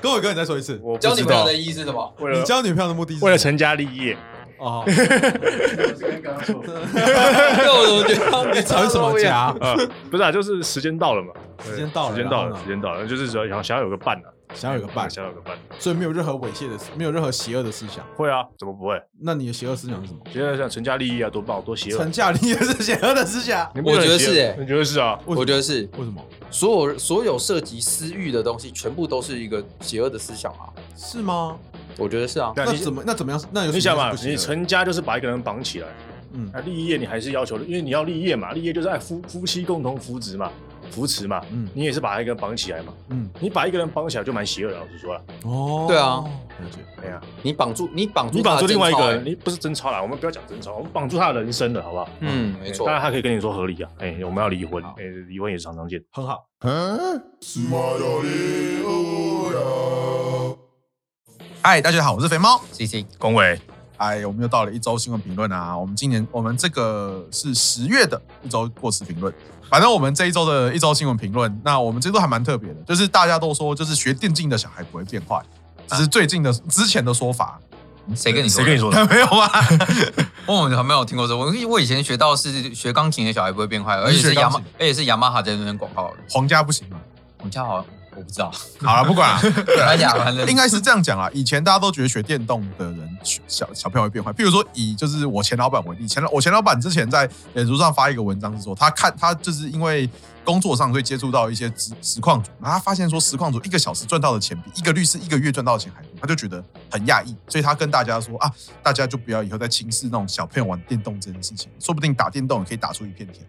跟我哥，你再说一次，我不交女知朋友道的，意义是什么？为你了交女朋友的目的是什么为了成家立 业，哦， 对，我觉得你成什么 家？呃，不是啊，就是时间到了嘛，时间到了时间到然后了，呢时间到了，就是说想想要有个伴啊，想要有个伴，想要有个伴，所以没有任何猥亵的，事，没有任何邪恶的思想。会啊，怎么不会？那你的邪恶思想是什么？觉得像成家立业啊，多棒，多邪恶成，嫁你也是邪恶的思 想？你不很我觉得是邪恶欸你觉得是啊？我觉得是为什么？所有所有涉及私欲的东西，全部都是一个邪恶的思想啊。是吗？我觉得是啊，那那你怎么那怎么样？那有你什想么嘛样是，不你邪恶的成家就是把一个人绑起来，嗯那立业你还是要求，因为你要立业嘛，立业就是爱夫夫妻共同扶持嘛，扶持嘛，嗯你也是把一个人绑起来嘛，嗯你把一个人绑起来就蛮邪恶的，老实说了，哦，对啊了解。哎呀，你绑住你绑住你绑他住的另外一贞操个欸人，，你不是争吵啦，我们不要讲争吵，我们绑住他的人生了，好不好？嗯，没错当。然他可以跟你说合理啊，哎，我们要离婚好，哎，离婚也是常常见。很好。嗨，大家好，我是肥猫。 C C，恭维，哎，我们又到了一周新闻评论啊。我们今年我们这个是十月的一周过时评论。反正我们这一周的一周新闻评论，那我们这周还蛮特别的，就是大家都说就是学电竞的小孩不会变坏，这是最近的之前的说法， 谁跟你说？谁跟你？说的？没有吗？ 我还没有听过这个。我我以前学到是学钢琴的小孩不会变坏，而且学是钢雅琴马，而且是雅马哈在那边广告的。皇家不行吗？我们家好像我不知道， 好了，不管了。对啊来讲反正应该是这样讲啊啦。以前大家都觉得学电动的人学小小朋友会变坏，比如说以就是我前老板为例，前老我前老板之前在脸书上发一个文章是说，他看他就是因为工作上所以接触到一些实实况主，然后他发现说实况主一个小时赚到的钱比一个律师一个月赚到的钱还多，他就觉得很讶异，所以他跟大家说啊，大家就不要以后再轻视那种小朋友玩电动这件事情，说不定打电动也可以打出一片天。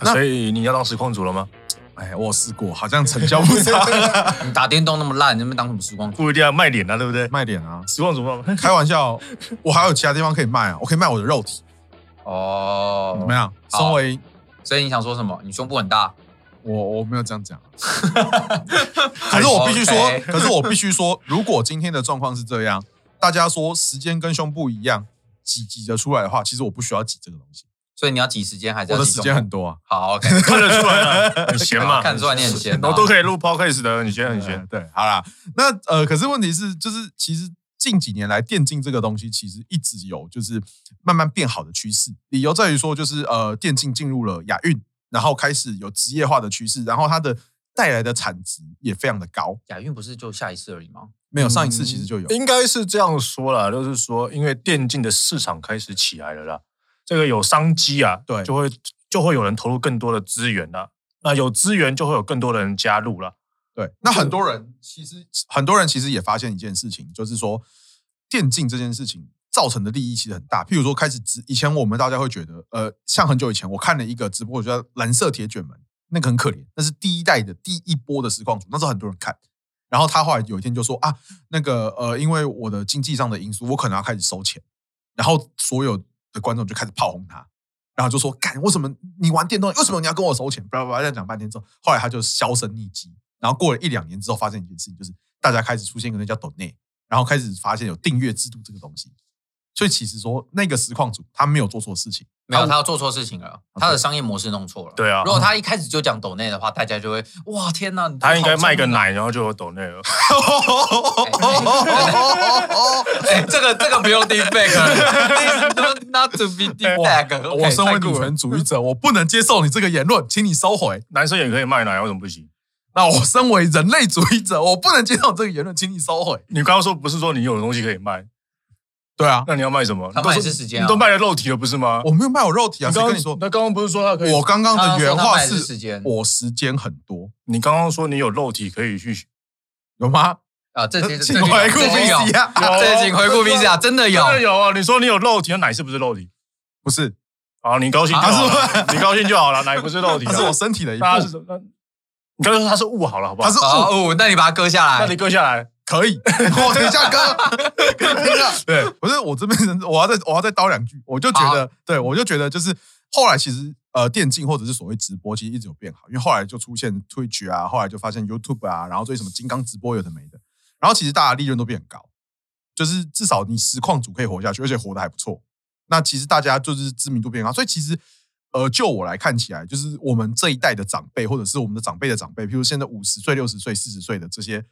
那啊所以你要当实况主了吗？哎，我有试过，好像成交不 大，你打电动那么烂，你那边当什么时光？ 不一定要卖脸啊，对不对？卖点啊。实况主嘛，开玩笑，我还有其他地方可以卖啊，我可以卖我的肉体，怎么哦，样？好身为所以你想说什么？你胸部很大，我，我没有这样 讲，啊可是我必须说 OK 可是我必须说，如果今天的状况是这样，大家说时间跟胸部一样挤挤得出来的话，其实我不需要挤这个东西，所以你要挤时间还是我要的挤时胸部间很多啊。好，OK，看得出来啊，很闲嘛，看得出来你很闲啊我都可以录 podcast 的，你闲很闲啊对。对，好啦，那呃，可是问题是，就是其实近几年来，电竞这个东西其实一直有就是慢慢变好的趋势，理由在于说，就是呃，电竞进入了亚运，然后开始有职业化的趋势，然后它的带来的产值也非常的高。亚运不是就下一次而已吗？没有上一次其实就有，应该是这样说啦，就是说，因为电竞的市场开始起来了啦，这个有商机啊，对就会就会有人投入更多的资源啦。那有资源就会有更多的人加入了。对，那很多人其实很多人其实也发现一件事情，就是说电竞这件事情造成的利益其实很大。譬如说，开始直以前我们大家会觉得，呃，像很久以前我看了一个直播，叫《蓝色铁卷门》，那个很可怜，那是第一代的第一波的实况组，那时候很多人看。然后他后来有一天就说啊，那个呃，因为我的经济上的因素，我可能要开始收钱。然后所有的观众就开始炮轰他，然后就说：“干，为什么你玩电动？为什么你要跟我收钱？”叭叭叭，这样讲半天之后，后来他就销声匿迹。然后过了一两年之后，发现一件事情，就是大家开始出现一个那叫抖内，然后开始发现有订阅制度这个东西。所以其实说那个实况组他没有做错事情，没有，他要做错事情了，他的商业模式弄错了。对啊如果他一开始就讲抖内的话，大家就会哇天哪，你他应该卖个好聪明啊奶，然后就有抖内了。 哎，这个这个不用 d e b a c k not to be d e b a c k 我身为女权主嗯义者，我不能接受你这个言论，请你收回。男生也可以卖奶，为什么不行？那我身为人类主义者，我不能接受这个言论，请你收回。你刚刚说不是说你有东西可以卖，对啊，那你要卖什么？他卖的是时间啊你都卖了肉体了，不是吗？我没有卖我肉体啊，谁你刚跟刚你说？那刚刚不是说他可以？我刚刚的原话啊他说他卖的是时间我时间很多，你刚刚说你有肉体可以去，有吗？啊，这 些请回顾 VC 啊，有这请回顾 VC 啊，真哎的有真。的有啊！你说你有肉体，那奶是不是肉体？不是，好，你高兴就啊好了，你高兴就好了，奶不是肉体啊。它是我身体的一部大家是分，什么？那你刚才说它是雾好了，好不好？它是啊物，哦，那你把它割下那来你，割下来，可 以。我等一下哥， 啊等一下，对，不是我这边人，我要再我要再叨两句，我就觉得，对我就觉得就是后来其实呃电竞或者是所谓直播其实一直有变好，因为后来就出现 Twitch 啊，后来就发现 YouTube 啊，然后最近什么金刚直播有的没的，然后其实大家利润都变很高，就是至少你实况组可以活下去，而且活得还不错。那其实大家就是知名度变高，所以其实呃，就我来看起来，就是我们这一代的长辈，或者是我们的长辈的长辈，譬如现在五十岁、六十岁、四十岁的这些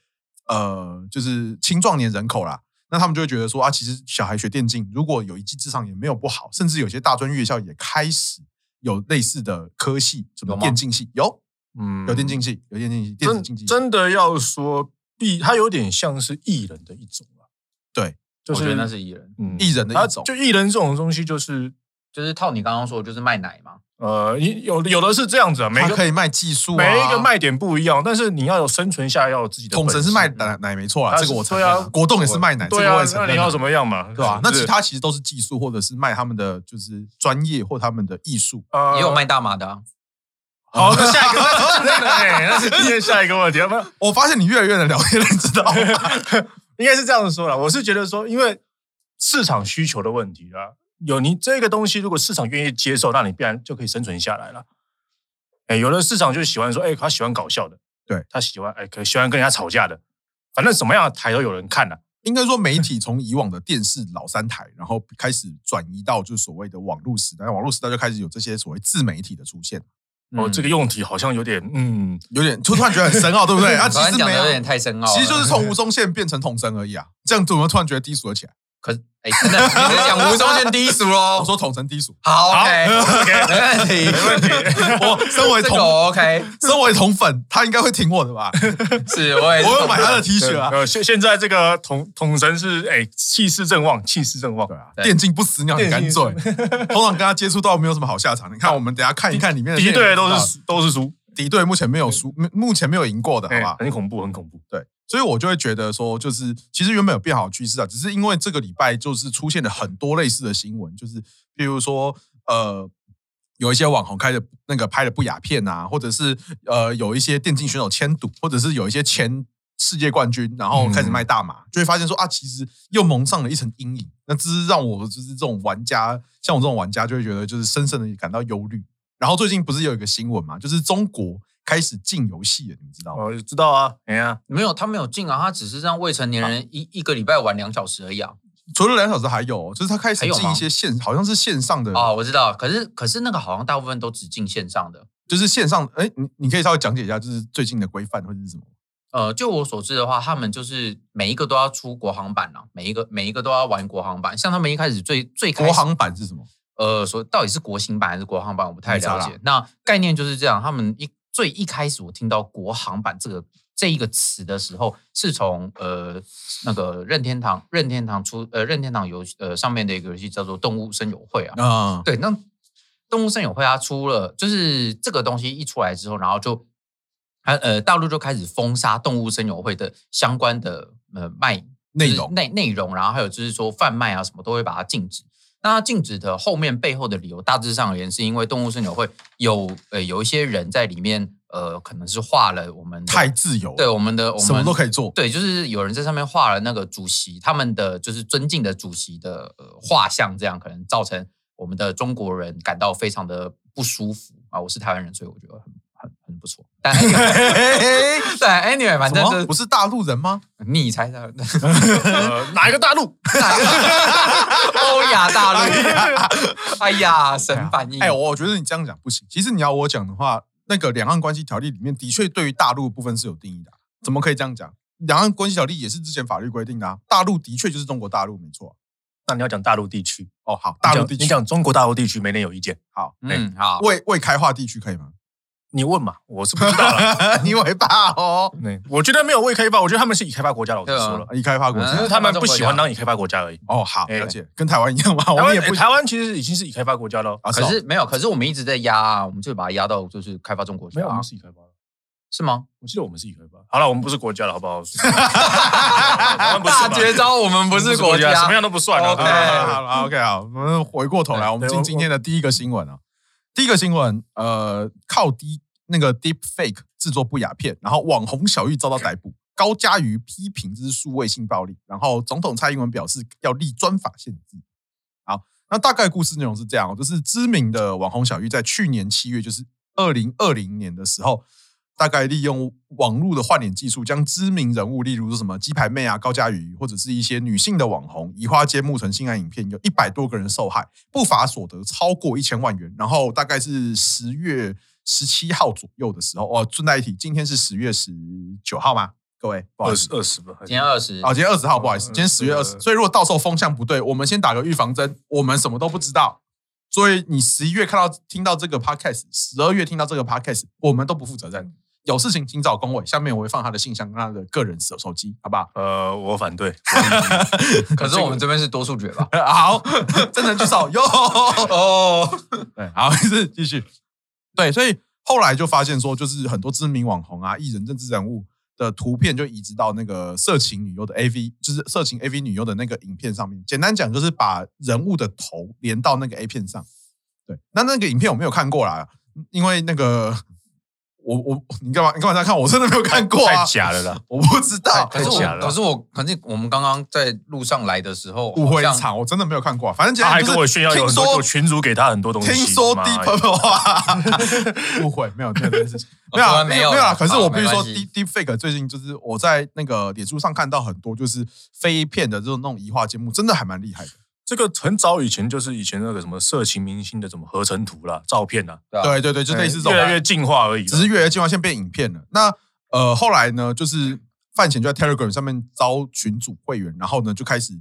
呃，就是青壮年人口啦。那他们就会觉得说啊，其实小孩学电竞，如果有一技之长也没有不好，甚至有些大专院校也开始有类似的科系，什么有吗电竞系，有嗯有电竞系，有电竞系，电子真竞技系真的要说艺，它有点像是艺人的一种啊。对，就我觉是得那是艺人，嗯艺人的一它种就艺人这种东西，就是就是套你刚刚说的，就是卖奶嘛。呃，你有有的是这样子啊，每它个可以卖技术、啊，每一个卖点不一样，但是你要有生存下来要有自己的统神本事是卖奶奶没错啦，它这是个我承对啊认。果冻也是卖奶，这对个我啊也，承那认。你要怎么样嘛？对吧、那是其他其实都是技术，或者是卖他们的就是专业或他们的艺术。呃也有卖大麻的、啊，好，那下一个，哎，那是今天下一个 问题，要不然我发现你越来越能聊天了，你知道吗？ 应该是这样说啦。我是觉得说，因为市场需求的问题啦，有你这个东西，如果市场愿意接受，那你必然就可以生存下来了。哎，有的市场就喜欢说，哎，他喜欢搞笑的，对他喜欢，哎，可喜欢跟人家吵架的，反正什么样的台都有人看的、啊应该说，媒体从以往的电视老三台，然后开始转移到就是所谓的网络时代，网络时代就开始有这些所谓自媒体的出现，嗯哦，这个用体好像有点，嗯，有点突然觉得很深奥，对不对？ 啊，其嗯刚刚实讲没的有有，点太深奥了。其实就是从吴宗宪变成童声而已啊。这样怎么突然觉得低俗了起来？哦可是，哎、真的，你在讲吴宗宪低俗喽，我？说童声低俗好好，OK， ，OK，没问题， 没问题， 我身为这童个哦我 OK，身为童粉，他应该会听我的 吧？是我也是我有买他的 T 恤啊。呃，现现在这个统统神是哎气势正旺，气势正旺对。啊，对电竞不死鸟，你敢电嘴竞？通常跟他接触到没有什么好下场。你看，我们等一下看一看里面的敌内容对就知道都了是都是输，敌对，目前没有输，目目前没有赢过的，好哎不好？很恐怖，很恐怖。对，所以我就会觉得说，就是其实原本有变好趋势啊，只是因为这个礼拜就是出现了很多类似的新闻，就是比如说呃。有一些网红开的那个拍的不雅片啊，或者是呃有一些电竞选手签赌，或者是有一些前世界冠军，然后开始卖大麻，就会发现说啊，其实又蒙上了一层阴影。那这是让我就是这种玩家，像我这种玩家就会觉得就是深深的感到忧虑。然后最近不是有一个新闻嘛，就是中国开始禁游戏了，你们知道吗？我知道啊，哎呀，没有，他没有进啊，他只是让未成年嗯人一、一个礼拜玩两小时而已啊。除了两小时还有，哦就是他开始还有进吗一些线，好像是线上的，哦，我知道，可是可是那个好像大部分都只进线上的。就是线上。哎，你你可以稍微讲解一下，就是最近的规范或者是什么？呃，就我所知的话，他们就是每一个都要出国行版啊，每一个每一个都要玩国行版。像他们一开始最最开国始行版是什么？呃，说到底是国行版还是国行版，我不太没差了啦解。那概念就是这样，他们一最一开始我听到国行版这个这一个词的时候，是从呃那个任天堂任天堂出呃任天堂游戏呃上面的一个游戏叫做《动物森友会》啊，啊、对，那动物森友会它出了，就是这个东西一出来之后，然后就它呃大陆就开始封杀动物森友会的相关的呃卖内就是容内内容，然后还有就是说贩卖啊什么都会把它禁止。那它禁止的后面背后的理由，大致上而言是因为动物森友会有呃有一些人在里面呃可能是画了我们的太自由了，对我们的我们什么都可以做。对，就是有人在上面画了那个主席他们的就是尊敬的主席的呃画像，这样可能造成我们的中国人感到非常的不舒服啊。我是台湾人，所以我觉得很很很不错。但 anyway, 但 anyway，反什正么？就不是大陆人吗？你猜 的，呃哪一个大陆？欧亚大陆，哎呀，神反应。哎，我觉得你这样讲不行。其实你要我讲的话，那个《两岸关系条例》里面的确对于大陆的部分是有定义的啊、怎么可以这样讲？《两岸关系条例》也是之前法律规定的、啊，大陆的确就是中国大陆，没错。啊那你要讲大陆地区，哦，好，大陆地你区讲中国大陆地区，没人有意见。好，嗯，好，未未开化地区可以吗？ 你问嘛，我是不知道 了。你为霸哦，对哎我觉得没有未开发，我觉得他们是已开发国家了，我就说了，已开发国家嗯只呃是他们不喜欢当已开发国家而已。哦，好，哎了解，跟台湾一样嘛，我台们湾也不哎台湾其实已经是已开发国家了，啊，可哦是没有，可是我们一直在压啊，我们就把它压到就是开发中国没家有，我啊们，是已开发了。是吗？我记得我们是已开发。好了，我们不是国家了，好不 好？台湾不是大嘛绝招，我们不是国什家么。样都不算啊 OK 对好吧。哎了好了好了，OK，好，我们回过哎头来，我们进今天的第一个新闻啊，第一个新闻，呃，靠低那个 Deep Fake 制作不雅片，然后网红小玉遭到逮捕，高嘉瑜批评这是数位性暴力，然后总统蔡英文表示要立专法限制。好，那大概故事内容是这样哦，就是知名的网红小玉在去年七月，就是二零二零年的时候。大概利用网络的换脸技术，将知名人物，例如是什么鸡排妹啊、高嘉瑜，或者是一些女性的网红，移花接木成性爱影片，有一百多个人受害，不法所得超过一千万元。然后大概是十月十七号左右的时候，哦，顺带一提，今天是十月十九号吗？各各位，不好二意思十。二十吧，今天二十啊，今天二十号，不好意思，嗯今天十月二十，所以如果到时候风向不对，我们先打个预防针，我们什么都不知道，所以你十一月看到听到这个 podcast，十二月听到这个 podcast，我们都不负责任，有事情请找工委，下面我会放他的信箱跟他的个人手手机，好不好？呃，我反对，可是我们这边是多数决吧？好， 真的去 找哟。哦，对，好，是继续。对，所以后来就发现说，就是很多知名网红啊、艺人、政治人物的图片就移植到那个色情女优的 AV，就是色情 AV 女优的那个影片上面。简单讲，就是把人物的头连到那个 A 片上。对，那那个影片我没有看过啦，因为那个我我你干嘛你干嘛这样看我？我真的没有 看过太啊，假 了啦。我不知道，可是太假我，了可是我，可是我们刚刚在路上来的时候，误会好一像场，我真的没有看过啊、反正简他单还就是跟我炫耀有听很说多有群主给他很多东西，听说妈 Deep 呀 Purple 啊，误会没有这件事情，哦没有突啊然没有没有啊。了可是我必须好说没关系，Deep Deep Fake 最近就是我在那个脸书上看到很多就是非片的这种那种移化节目，真的还蛮厉害的。这个很早以前就是以前那个什么色情明星的什么合成图啦、照片啦，对啊对对对，就类似这种越，来越进化而已啦。只是越来越进化，现在变影片了。那呃，后来呢，就是范闲就在 Telegram 上面招群组会员，然后呢就开始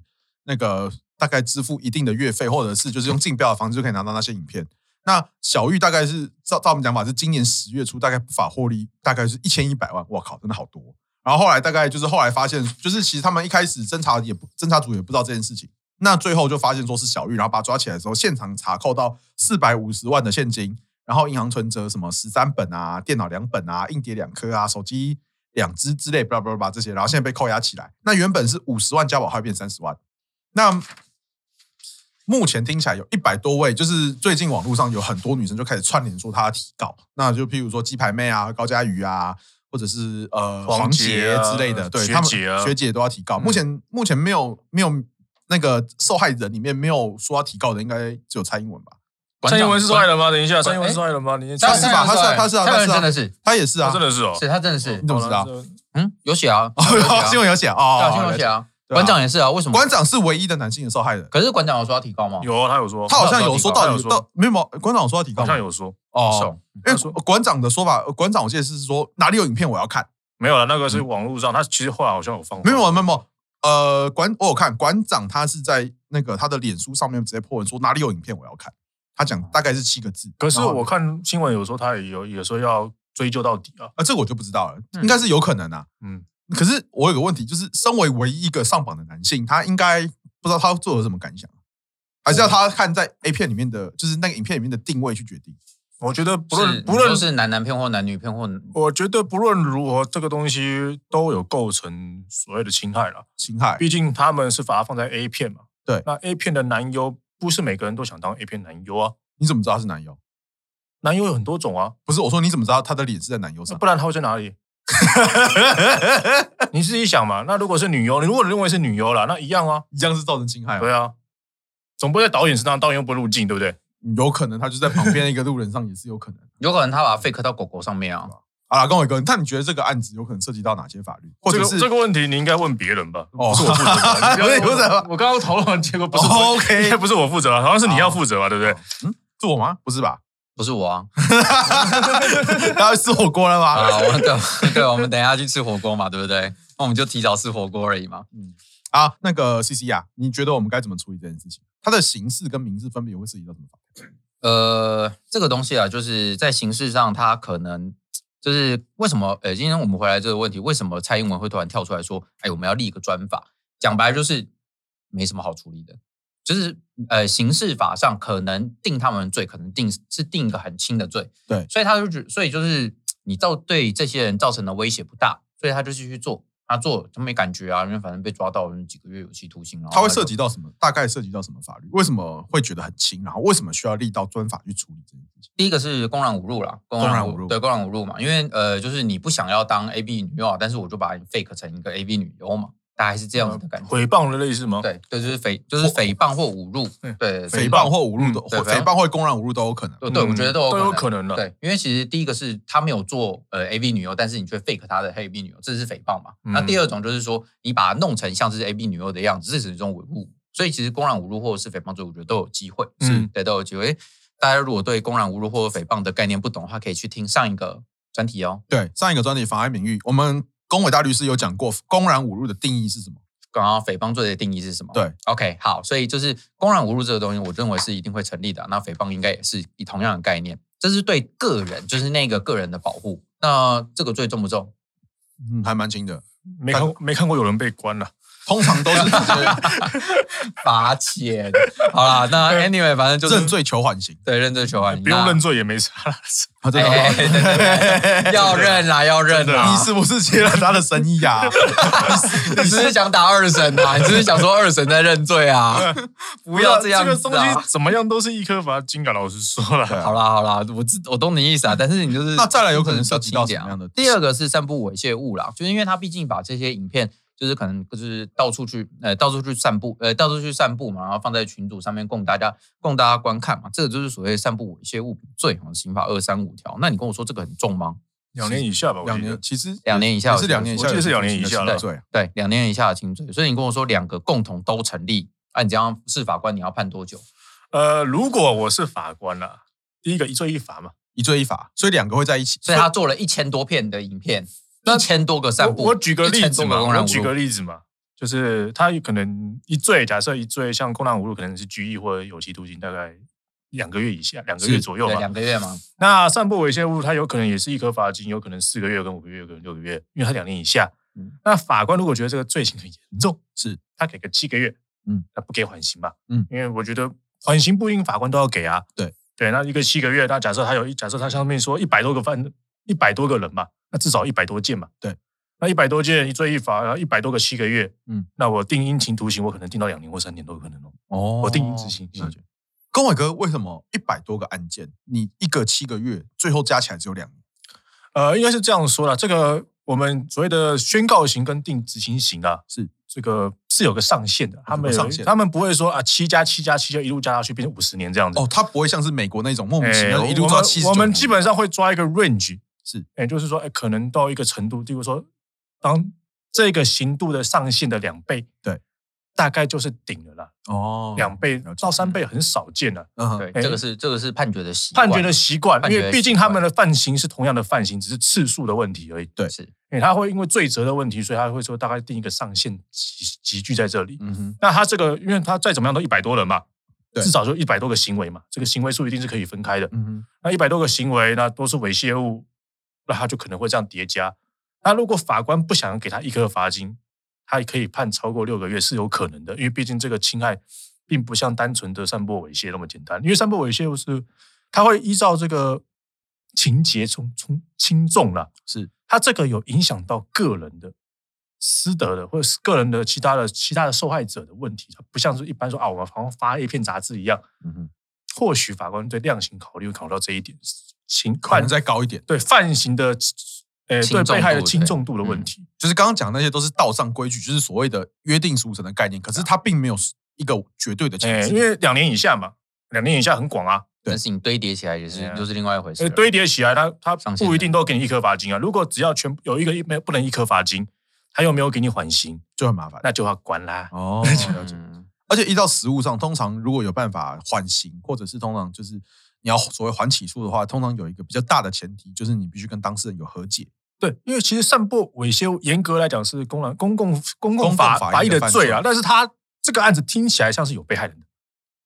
那个大概支付一定的月费，或者是就是用竞标的方式就可以拿到那些影片。那小玉大概是照照我们讲法是今年十月初大概不法获利大概是一千一百万，我靠，真的好多。然后后来大概就是后来发现，就是其实他们一开始侦查也不侦查组也不知道这件事情，那最后就发现说是小玉，然后把他抓起来的时候，现场查扣到四百五十万的现金，然后银行存折什么十三本啊，电脑两本啊，硬碟两颗啊，手机两只之类，巴拉巴拉巴拉这些，然后现在被扣押起来。那原本是五十万加保，还会变三十万。那目前听起来有一百多位，就是最近网络上有很多女生就开始串联说她提告，那就譬如说鸡排妹啊、高佳瑜啊，或者是呃黄黄杰杰啊之类的，对学他们姐啊学姐都要提告。目前目前没有没有那个受害人里面没有说要提告的，应该只有蔡英文吧？蔡英文是受害人吗？等一下，哎蔡英文是受害人吗？你他他是吧他他是啊他是啊蔡他是啊文真的是，她也是啊，真的是哦，是他真的是你，怎么知道？嗯，有写啊， 有写哦啊，新闻有写对哦啊，，新闻有写啊，对啊馆长也是啊，为什么？馆长是唯一的男性的受害人。可是馆长有说要提高吗？有啊，他有说，他好像有说他到有底说到没有吗？馆长有说到提好告吗像有说，哦，送，因为馆长的说法，呃馆长我记得是说哪里有影片我要看，没有了，那个是网络上，他其实后来好像有放，嗯没有没有没有，呃，馆我有看馆长他是在那个他的脸书上面直接 po 文说哪里有影片我要看，他讲大概是七个字，可是然后我看新闻有说他也有有时候要追究到底啊，啊这个我就不知道了，嗯应该是有可能啊，嗯，可是我有个问题，就是身为唯一一个上榜的男性，他应该不知道他做了什么感想，还哦是要他看在 A 片里面的，就是那个影片里面的定位去决定。我觉得不是论不你论说是男男片或男女片或我觉得不论如何，这个东西都有构成所谓的侵害了。侵害，毕竟他们是把它放在 A 片嘛。对那 A 片的男优不是每个人都想当 A 片男优啊，你怎么知道他是男优？男优有很多种啊，不是我说你怎么知道他的脸是在啊男优那上？不然他会在 哪里？你自己想嘛。那如果是女优，你如果认为是女优啦，那一样啊，一样是造成侵害、对啊，啊，总不会在导演身上，导演又不会入镜，对不对？有可能他就在旁边一个路人上也是有可能。有可能他把 fake 到狗狗上 面啊，好啦，跟我哥，那你觉得这个案子有可能涉及到哪些法律，或这者个是、这个问题你应该问别人吧，哦不是我负责的。你 不是不要不是我刚刚讨论完结果不是哦我，OK 应该不是我负责啊，好像是你要负责吧，对不对？哦是我吗？不 是吧？不是我啊。他要吃火锅了吗？啊，我们等 对，我们等一下去吃火锅嘛，对不对？那我们就提早吃火锅而已嘛。啊，那个 C C 啊，你觉得我们该怎么处理这件事情？它的刑事跟民事分别会涉及到什么法？呃，这个东西啊，就是在形式上，它可能就是为什么？呃，今天我们回来这个问题，为什么蔡英文会突然跳出来说，哎，我们要立一个专法？讲白了就是没什么好处理的，就是呃，刑事法上可能定他们罪，可能定是定一个很轻的罪，对所以他就觉，所以就是你造对这些人造成的威胁不大，所以他就继续做。他做他没感觉啊，因为反正被抓到人几个月有期徒刑，然后它会就涉及到什么？大概涉及到什么法律？为什么会觉得很轻？然后为什么需要立到专法去处理这件事情？第一个是公然侮辱啦，公公然侮辱对公然侮辱嘛，因为呃，就是你不想要当 A B 女优啊，但是我就把你 fake 成一个 A B 女优嘛，大概是这样子的嗯感觉。诽谤的类似吗？对对，就是诽，就是诽谤或侮辱，对对嗯诽对谤或侮辱都，嗯对或诽诽谤谤或公然侮辱都有可能。对对，嗯我觉得都有都可有能可啊能啊了。对，因为其实第一个是他没有做呃 A B 女优，但是你却 fake 她的 A B 女优，这是诽谤嘛。嗯那第二种就是说，你把它弄成像是 A B 女优的样子，这是一种猥物。所以其实公然侮辱或者是诽谤罪，我觉得都有机会，嗯是对都有机会。大家如果对公然侮辱或者诽谤的概念不懂的话，可以去听上一个专题哦。对，上一个专题妨碍名誉，我们龚伟大律师有讲过，公然侮辱的定义是什么？刚刚诽谤罪的定义是什么？对，OK，好，所以就是公然侮辱这个东西，我认为是一定会成立的。啊那诽谤应该也是以同样的概念，这是对个人，就是那个个人的保护。那这个罪重不重？嗯，还蛮轻的，没看过没看过有人被关了。通常都是直接罚钱。好啦， 那 anyway，反正 就是认罪求缓刑对认罪求还，哎不用那认。罪也没差啦。啊，真 哎的吗哎哎对对 对要认啦，要认啦！啊你是不是接了他的生意 呀、啊？你是不是想打二审啊？你是不是想说二审在认罪啊？ 不要这样这个子东啊！西怎么样都是一颗罚金啊。老实说了，好啦好啦，我知我懂你意思啊，但是你就是那再来有可能涉涉及到什么样的第二个是散布猥亵物啦，就是因为他毕竟把这些影片。就是可能就是到处去呃到处去散布呃到处去散布嘛，然后放在群组上面供大家供大家观看嘛，这个就是所谓散布猥亵物品罪，哈，刑法二三五条。那你跟我说这个很重吗？两年以下吧，我两记得年，其实两年以下也是两年以下，我记得是两年以下了对，对，两年以下的轻罪。所以你跟我说两个共同都成立，啊，你这样是法官你要判多久？呃，如果我是法官了、第一个一罪一罚嘛。一罪一罚，所以两个会在一起。所以他做了一千多片的影片，一千多个散布。我我举个例子1000多嘛，个公然我侮辱举个例子嘛，就是他有可能一罪，假设一罪像公然侮辱，可能是拘役或者有期徒刑，大概两个月以下，两个月左右对嘛两。个月嘛，那散布猥亵物，它有可能也是一颗罚金，有可能四个月、跟五个月、跟六个月，因为它两年以下。嗯那法官如果觉得这个罪行很严重，是他给个七个月，嗯，那不给缓刑嘛，嗯因为我觉得缓刑不一定法官都要给啊。对对，那一个七个月，那假设他有一，假设他上面说一百多个犯，一百多个人嘛，那至少一百多件嘛。对，那一百多件一罪一罚，然后一百多个七个月，嗯，那我定应情徒刑，我可能定到两年或三年都有可能哦。哦我定义执行了解公伟哥，为什么一百多个案件，你一个七个月，最后加起来只有两年？呃，应该是这样说啦，这个我们所谓的宣告刑跟定执行刑啊，是这个是有个上限的，他们有有上限他们不会说啊七加七加七就一路加下去变成五十年这样子。哦，他不会像是美国那种莫名其妙哎一路抓七十我们我们基本上会抓一个 range，是，哎、就是说，哎、可能到一个程度，例如说，当这个刑度的上限的两倍，对，大概就是顶了啦，哦两倍了解到三倍很少见了。嗯哼对，哎这个是这个是判决的习惯判决的习惯，判因决的为毕竟习他惯们的犯行是同样的犯行，只是次数的问题而已。对是哎、他会因为罪责的问题，所以他会说大概定一个上限集集聚在这里。嗯哼，那他这个，因为他再怎么样都一百多人嘛，对至少就一百多个行为嘛，这个行为数一定是可以分开的。嗯哼，那一百多个行为，那都是猥亵物，那他就可能会这样叠加。那如果法官不想给他一颗罚金，他可以判超过六个月是有可能的，因为毕竟这个侵害并不像单纯的散播猥亵那么简单。因为散播猥亵物是，他会依照这个情节从从轻重啦，是他这个有影响到个人的私德的，或者是个人的其他的其他的受害者的问题，它不像是一般说啊，我们好像发一篇杂志一样。嗯哼，或许法官对量刑考虑会考虑到这一点，刑可犯能再高一点。对犯行的呃轻对重度被害的对嗯轻重度的问题。就是刚刚讲那些都是道上规矩，就是所谓的约定俗成的概念，可是它并没有一个绝对的强哎、制因。为两年以下嘛，两年以下很广啊，对但是你堆叠起来也是对啊就是另外一回事呃了。堆叠起来，他他上限不一的定都给你一颗罚金啊。如果只要全有一个一没有不能一颗罚金，他又没有给你缓刑，就很麻烦。那就要关啦。 哦，了解。嗯而且依照实务上，通常如果有办法缓刑，或者是通常就是你要所谓缓起诉的话，通常有一个比较大的前提，就是你必须跟当事人有和解。对，因为其实散播猥亵物，严格来讲是公然公共公共共法法益法益的的犯罪啊罪，但是他这个案子听起来像是有被害人的。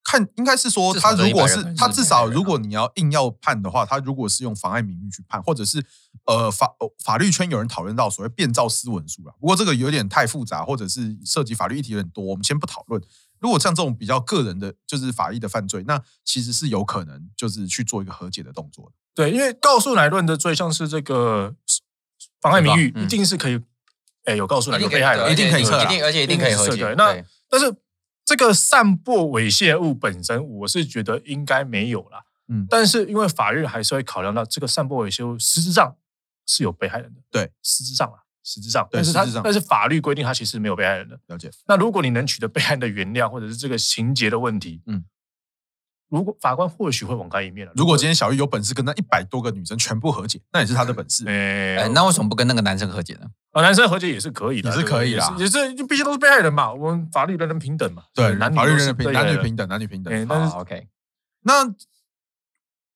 看，应该是说至他少如得果100是人他是至100少人如啊果你要硬要判的话，他如果是用妨碍名誉去判，或者是呃法呃法律圈有人讨论到所谓变造私文书啦，不过这个有点太复杂，或者是涉及法律议题有点多，我们先不讨论。如果像这种比较个人的，就是法律的犯罪，那其实是有可能就是去做一个和解的动作的。对，因为告诉乃论的罪像是这个妨碍名誉，嗯一定是可以，哎、有告诉一乃定有可以被害对人，一定可以撤啊一定而且一定可以和一定解是。那对但是这个散播猥亵物本身，我是觉得应该没有啦。嗯但是因为法院还是会考量到这个散播猥亵物实质上是有被害人的，对，实质上啊，实质上，对但是实质上他但是法律规定他其实没有被害人的。了解，那如果你能取得被害人的原谅，或者是这个情节的问题，嗯嗯，如果法官或许会网开一面了。啊如果今天小玉有本事跟那一百多个女生全部和解，那也是她的本事。哎、哎那为什么不跟那个男生和解呢？啊，男生和解也是可以的，啊也是可以啦对不对也是，也是毕竟都是被害人嘛，我们法律人人平等嘛，对，男女法律都人哎是的平对男女对平等，男女平等。哎但但是是 OK，那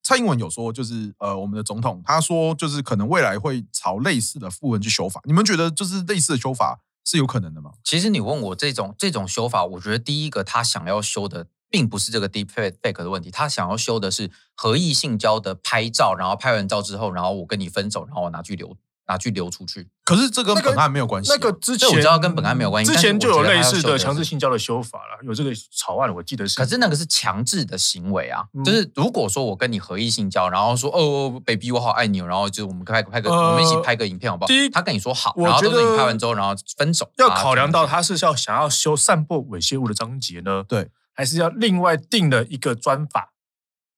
蔡英文有说，就是呃，我们的总统他说，就是可能未来会朝类似的附文去修法。你们觉得就是类似的修法是有可能的吗？其实你问我这种这种修法，我觉得第一个他想要修的并不是这个 deep fake 的问题，他想要修的是合意性交的拍照，然后拍完照之后，然后我跟你分手，然后我拿去流拿去流出去。可是这跟那个本案没有关系啊、那个之这前我知道跟本案没有关系之前就有类似但是我觉得他要修的的强制性交的修法了，有这个草案，我记得是。可是那个是强制的行为啊，嗯就是如果说我跟你合意性交，然后说哦，baby 我好爱你，哦，然后就我们拍个拍个、呃我们一起拍个影片好不好第一？他跟你说好，我然后都觉是得你拍完之后，然后分手。要啊考量到这样他是要想要修散播猥亵物的章节呢，对，还是要另外定了一个专法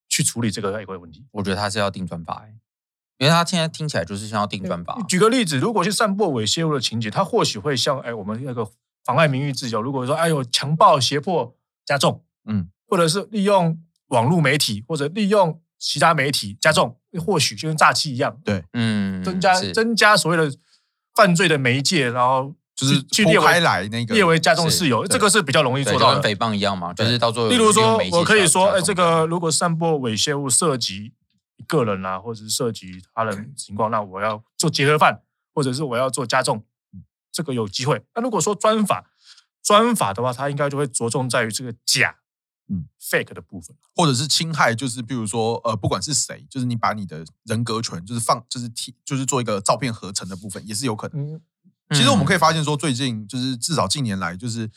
去处理这个外国问题？子，我觉得他是要定专法、欸，因为他现在听起来就是像要定专法。啊举个例子，如果是散播猥亵物的情节，他或许会像哎我们那个妨碍名誉自由，如果说哎呦强暴、胁迫、加重，嗯，或者是利用网络媒体或者利用其他媒体加重，或许就跟诈欺一样，嗯，增加、是增加所谓的犯罪的媒介，然后就是去去列剖开为来那个列为加重是事由，这对个是比较容易做对就到跟的。诽谤一样嘛，就是到最后例有如利呃用说媒，介我可以说，加哎，重这个如果散播猥亵物涉及个人啊，或者是涉及他人情况，那我要做结合犯，或者是我要做加重，这个有机会。那如果说专法，专法的话，它应该就会着重在于这个假，嗯，fake 的部分。或者是侵害，就是比如说呃，不管是谁，就是你把你的人格权，就是放，就是提，就是做一个照片合成的部分，也是有可能。嗯，其实我们可以，以发现说，最近就是至少近年来，就是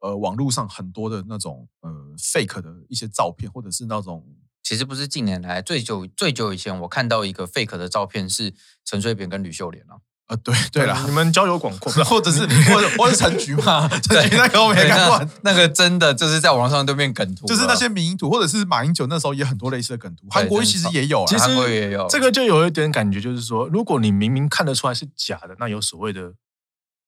呃，网络上很多的那种呃 fake 的一些照片，或者是那种其实不是近年来最久最久以前，我看到一个 fake 的照片是陈水扁跟吕秀莲啊，呃，对对啦，你们交友 广阔，或者是或者或者是陈菊啊嘛，陈菊那个我没啊对看过，那那个真的就是在网上对面梗 图了，就是那些民营图，或者是马英九那时候也很多类似的梗图，韩国瑜其实也有其啊实。韩国也有这个就有一点感觉，就是说，如果你明明看得出来是假的，那有所谓的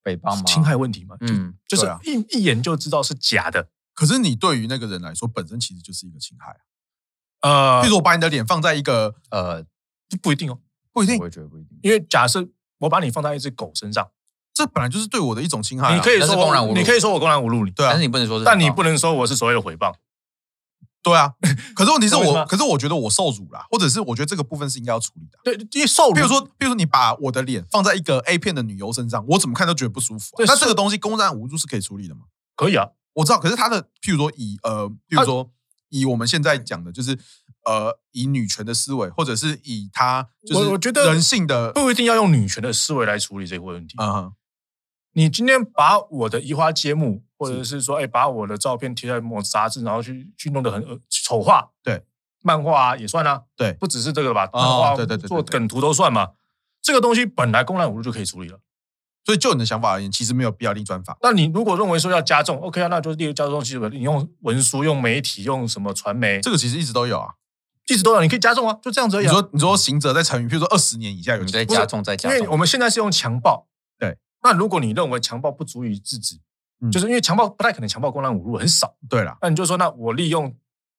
诽谤吗？侵害问题吗？嗯，就就是对啊一一眼就知道是假的。可是你对于那个人来说，本身其实就是一个侵害啊。呃譬如，说我把你的脸放在一个呃，不不一定哦，不一定我，也觉得不一定。因为假设我把你放在一只狗身上，这本来就是对我的一种侵害啊。你可以那是说公然侮我，辱你可以说我公然侮辱你，对啊但是你不能说是诽谤，但你不能说我是所谓的诽谤。 对啊，可是问题是为什么我，可是我觉得我受辱啦，或者是我觉得这个部分是应该要处理的啊。对，因为受辱，比如说，比如说你把我的脸放在一个 A 片的女优身上，我怎么看都觉得不舒服啊、对那是这个东西公然侮辱是可以处理的吗？可以啊，我知道，可是他的，譬如说以呃，譬如说、以我们现在讲的，就是呃，以女权的思维，或者是以他就我是我觉得人性的，不一定要用女权的思维来处理这个问题。嗯哼，你今天把我的移花接木，或者是说，哎，把我的照片贴在某杂志，然后去去弄得很呃丑化，对，漫画啊也算啊，对不只是这个吧，哦漫画对对对对做对梗图都算嘛。这个东西本来公然侮辱就可以处理了。所以就你的想法而言，其实没有必要立专法。那你如果认为说要加重，OK 啊，那就是例如加重其实你用文书、用媒体、用什么传媒，这个其实一直都有啊。一直都有，你可以加重啊，就这样子而已、你啊。嗯说你说刑责在成语，譬如说二十年以下有你期再不是加重再加因为我重，们现在是用强暴，对。那如果你认为强暴不足以制止，嗯就是因为强暴不太可能强暴公然侮辱很少，对啦，那你就说那我利用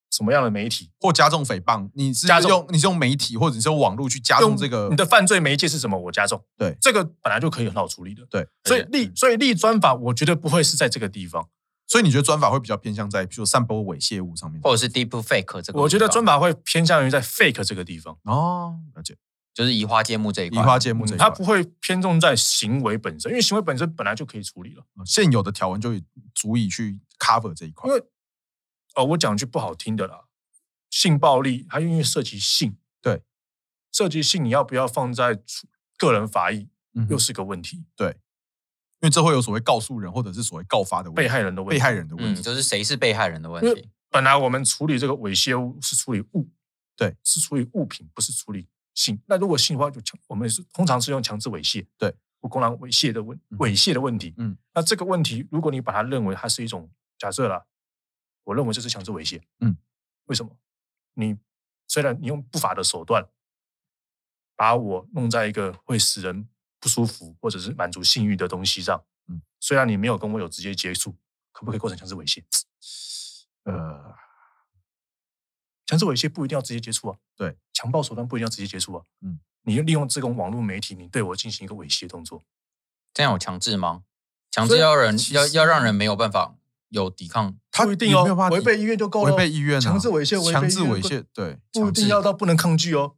什么样的媒体，或加重诽谤，你是加重用你是用媒体或者你是用网络去加重这个用你的犯罪媒介是什么，我加重。对这个本来就可以很好处理的。对，嗯所以对立所以立专法，我觉得不会是在这个地方，所以你觉得专法会比较偏向在譬如散播猥亵物上面？哦或者是 deep fake 这个地方，我觉得专法会偏向于在 fake 这个地方，哦，了解。就是移花接木这一移块，花接木嗯这一它块，不会偏重在行为本身，因为行为本身本来就可以处理了。嗯现有的条文就已足以去 cover 这一块因。为哦，我讲句不好听的啦，性暴力它因为涉及性，对，涉及性你要不要放在处个人法益嗯哼又是个问题，因为这会有所谓告诉人或者是所谓告发的问题被害人的问题。被害人的问嗯，题。就是谁是被害人的问因题为。本来我们处理这个猥亵物是处理物，对，是处理物品，不是处理性。那如果性的话，就强，我们是通常是用强制猥亵，对，不公然猥亵的问嗯猥亵的问题。嗯，那这个问题，如果你把它认为它是一种假设啦，我认为这是强制猥亵。嗯，为什么？你虽然你用不法的手段把我弄在一个会使人不舒服或者是满足性欲的东西上，嗯，虽然你没有跟我有直接接触，可不可以构成强制猥亵？呃，强制猥亵不一定要直接接触啊，对，强暴手段不一定要直接接触啊，嗯，你利用这种网络媒体，你对我进行一个猥亵动作，这样有强制吗？强所制以要人其要实要让人没有办法有抵抗，他不一定哦你没有办，法违背意愿就够了。违背意愿啊，强制猥亵，违背强制意愿猥不亵，对，不一强制定要到不能抗拒哦。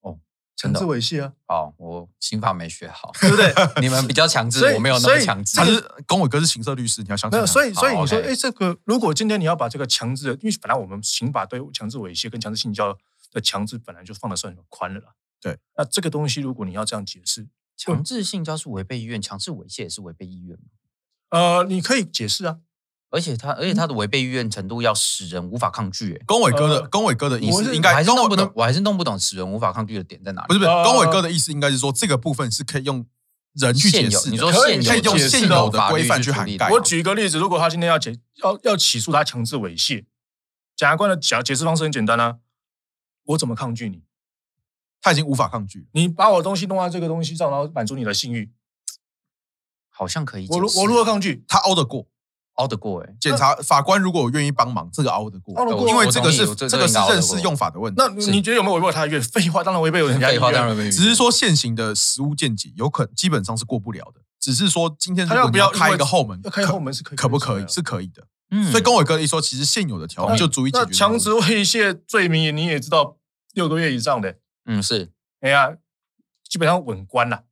哦，强真的制哦猥亵啊，哦，我刑法没学好，对不对？ 你们比较强制所以，我没有那所么以强制他。是跟我哥是情色律师，你要相信他。没有，所以所以好你说， ，OK 哎，这个如果今天你要把这个强制的，因为本来我们刑法对强制猥亵跟强制性交的强制本来就放的算很宽了啦。对，那这个东西如果你要这样解释，强制性交是违背意愿，强制猥亵也是违背意愿嘛呃，你可以解释啊，而且他，而且他的违背意愿程度要使人无法抗拒、欸。跟伟哥的呃跟伟哥的意我思是应我还该是跟弄不我懂，我还是弄不懂使人无法抗拒的点在哪里。不是不是，呃跟伟哥的意思应该是说，这个部分是可以用人去现解有释的。你说可以现有可以用解释现有的的法规律范去去处涵理盖的嘛我举一个例子，如果他今天要解要要起诉他强制猥亵，检察官的解解释方式很简单啊，我怎么抗拒你？他已经无法抗拒了，你把我的东西弄到这个东西上，然后满足你的性欲，好像可以解我释。如我如何抗拒？他熬得过。熬得过、欸？哎，检察法官如果愿意帮忙，这个熬得过熬得，过因为我这个同意是我这这个这是个应该认熬得识过用法的问题。那你你觉得有没有违背他的意愿？废话，当然违背人家的意 废愿话当然没有只是说现行的实物见解有可基本上是过不了的，只是说今天如他要果不你要开因为一个后门，要开可后门是可以可不可以？的是可以的。嗯，所以跟伟哥的意思说，其实现有的条那文就足以解那决这个问题。强制猥亵罪名你也知道，六个月以上的，嗯是哎呀，基本上稳关了。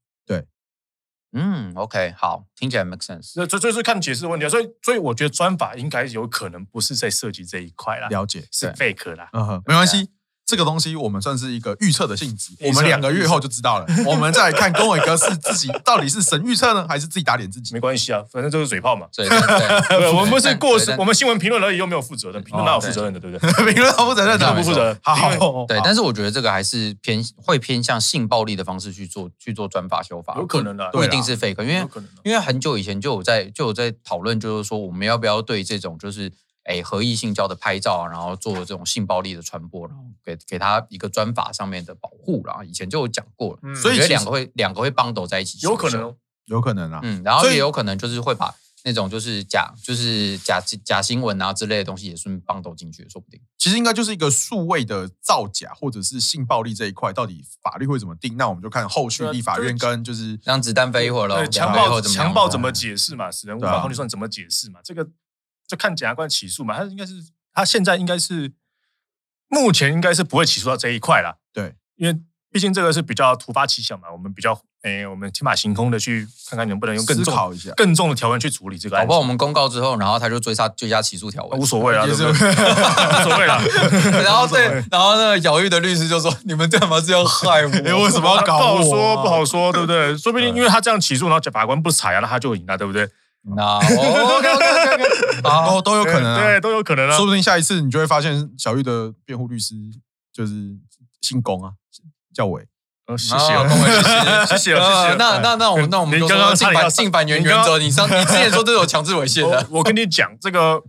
嗯 OK 好，听起来 make sense。这这就是看解释的问题啊。所以所以我觉得专法应该有可能不是在涉及这一块啦，了解，是 fake 啦。嗯哼，没关系。这个东西我们算是一个预测的性质，我们两个月后就知 道了。我们再来看跟伟哥是自己到底是神预测呢，还是自己打脸自己没？关系啊，反正就是嘴 炮嘛。对，对 呃 我们不是过失对，但我们新闻评论而已，又没有负责任，评论哪有负责任的，对不对？哦 评论负责任这的，不负责任好因为好，对，但是我觉得这个还是偏会偏向性暴力的方式去做去做转法修法，有可能啦不不对一啦定是 fake，因为有可能啊因为很久以前就有在就有在讨论，就是说我们要不要对这种就是哎合意性交的拍照啊，然后做这种性暴力的传播，然后给给他一个专法上面的保护啦，以前就有讲过了，嗯我所以觉其实得两个会两个会帮斗在一起，有可能，有可能啊。嗯，然后所以也有可能就是会把那种就是假就是假假新闻啊之类的东西也顺便帮斗进去，说不定。其实应该就是一个数位的造假或者是性暴力这一块，到底法律会怎么定？那我们就看后续对啊立法就是院跟就是让子弹飞一会儿喽，对，强飞一会暴儿怎么强样嗯暴怎么解释嘛？使人无对法啊控制算怎么解释嘛？这个就看检察官起诉嘛。他应该是他现在应该是目前应该是不会起诉到这一块啦。对，因为毕竟这个是比较突发奇想嘛，我们比较诶，我们天马行空的去看看能不能用更思重考一下。更重的条文去处理这个搞案不子好我。们公告之后，然后他就追杀追加起诉条文无，所谓啊，也对是不对？ 无所谓啊啦。 然后对，然后那个姚玉的律师就说：“你们干嘛这样害我？哎，为什么要不搞我好啊？说，不好说，对不对？ 说不定因为他这样起诉，然后法官不采啊，那他就赢了，对不对？那 OK， 都都有可能啊对，。都有可能啊。说不定下一次你就会发现小玉的辩护律师就是姓龚啊，叫伟。嗯谢谢好，啊，跟我谢谢谢啊谢谢啊。那那那我们那我们您就刚说刚进差点要反进反原原则，你上你之前说这种强制猥亵的，我我跟你讲，这个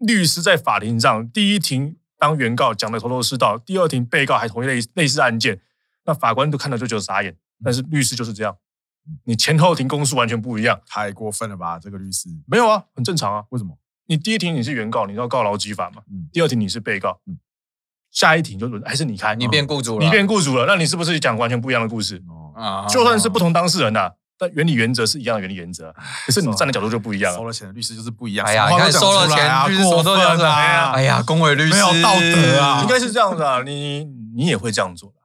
律师在法庭上，第一庭当原告讲的头头是道，第二庭被告还同意类类似案件，那法官都看到就觉得傻眼。但是律师就是这样，你前后庭公诉完全不一样。太过分了吧，这个律师？没有啊，很正常啊。为什么？你第一庭你是原告，你要告劳基法嘛？嗯第二庭你是被告，嗯下一庭就轮还是你开，啊你变雇主了，你变雇主了，那你是不是讲完全不一样的故事？哦，啊，就算是不同当事人呐、啊但原理原则是一样的原理原则，啊可是你站的角度就不一样收了。了钱的律师就是不一样。啊哎呀，什么你话看都讲收了出来啊钱，就是什过么都讲分出来啊！哎呀，公委律师没有道德啊应该是这样子啊，你你也会这样做吧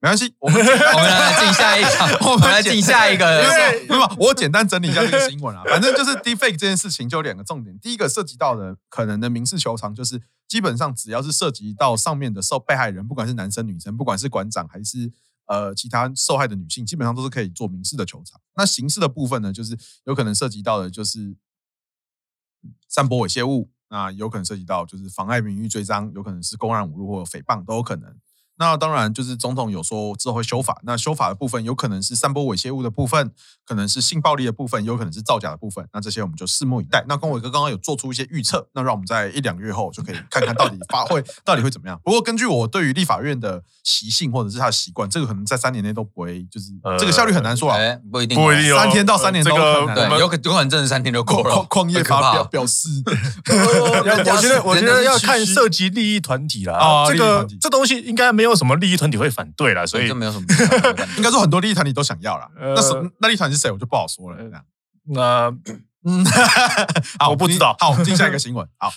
没关系，我们我们来进下一个，我们来进下一个，因为没有，我简单整理一下这个新闻啊。反正就是 deepfake 这件事情就有两个重点，第一个涉及到的可能的民事求偿，就是基本上只要是涉及到上面的受被害人，不管是男生女生，不管是馆长还是呃其他受害的女性，基本上都是可以做民事的求偿。那刑事的部分呢，就是有可能涉及到的就是散播猥亵物，那有可能涉及到就是妨碍名誉罪章，有可能是公然侮辱或诽谤都有可能。那当然，就是总统有说之后会修法，那修法的部分有可能是散播猥亵物的部分，可能是性暴力的部分，有可能是造假的部分。那这些我们就拭目以待。那跟伟哥刚刚有做出一些预测，那让我们在一两个月后就可以看看到底发挥到底会怎么样。不过根据我对于立法院的习性或者是他的习惯，这个可能在三年内都不会，就是呃这个效率很难说啊。哎，不一定，不一定哦，三天到三年这都个很难我们对，有可有可能真的三天就过旷了旷，旷业很可法表怕。表示，我觉得，我觉得要看社。涉及利益团体啦。啊这利益个团体这东西应该没有什么利益团体会反对啦，啊所所以以这没有什么， 应该说很多利益团体都想要啦。呃那什那利益团体是谁，我就不好说了。呃这样那嗯，好，我不知道好，进下一个新闻。好，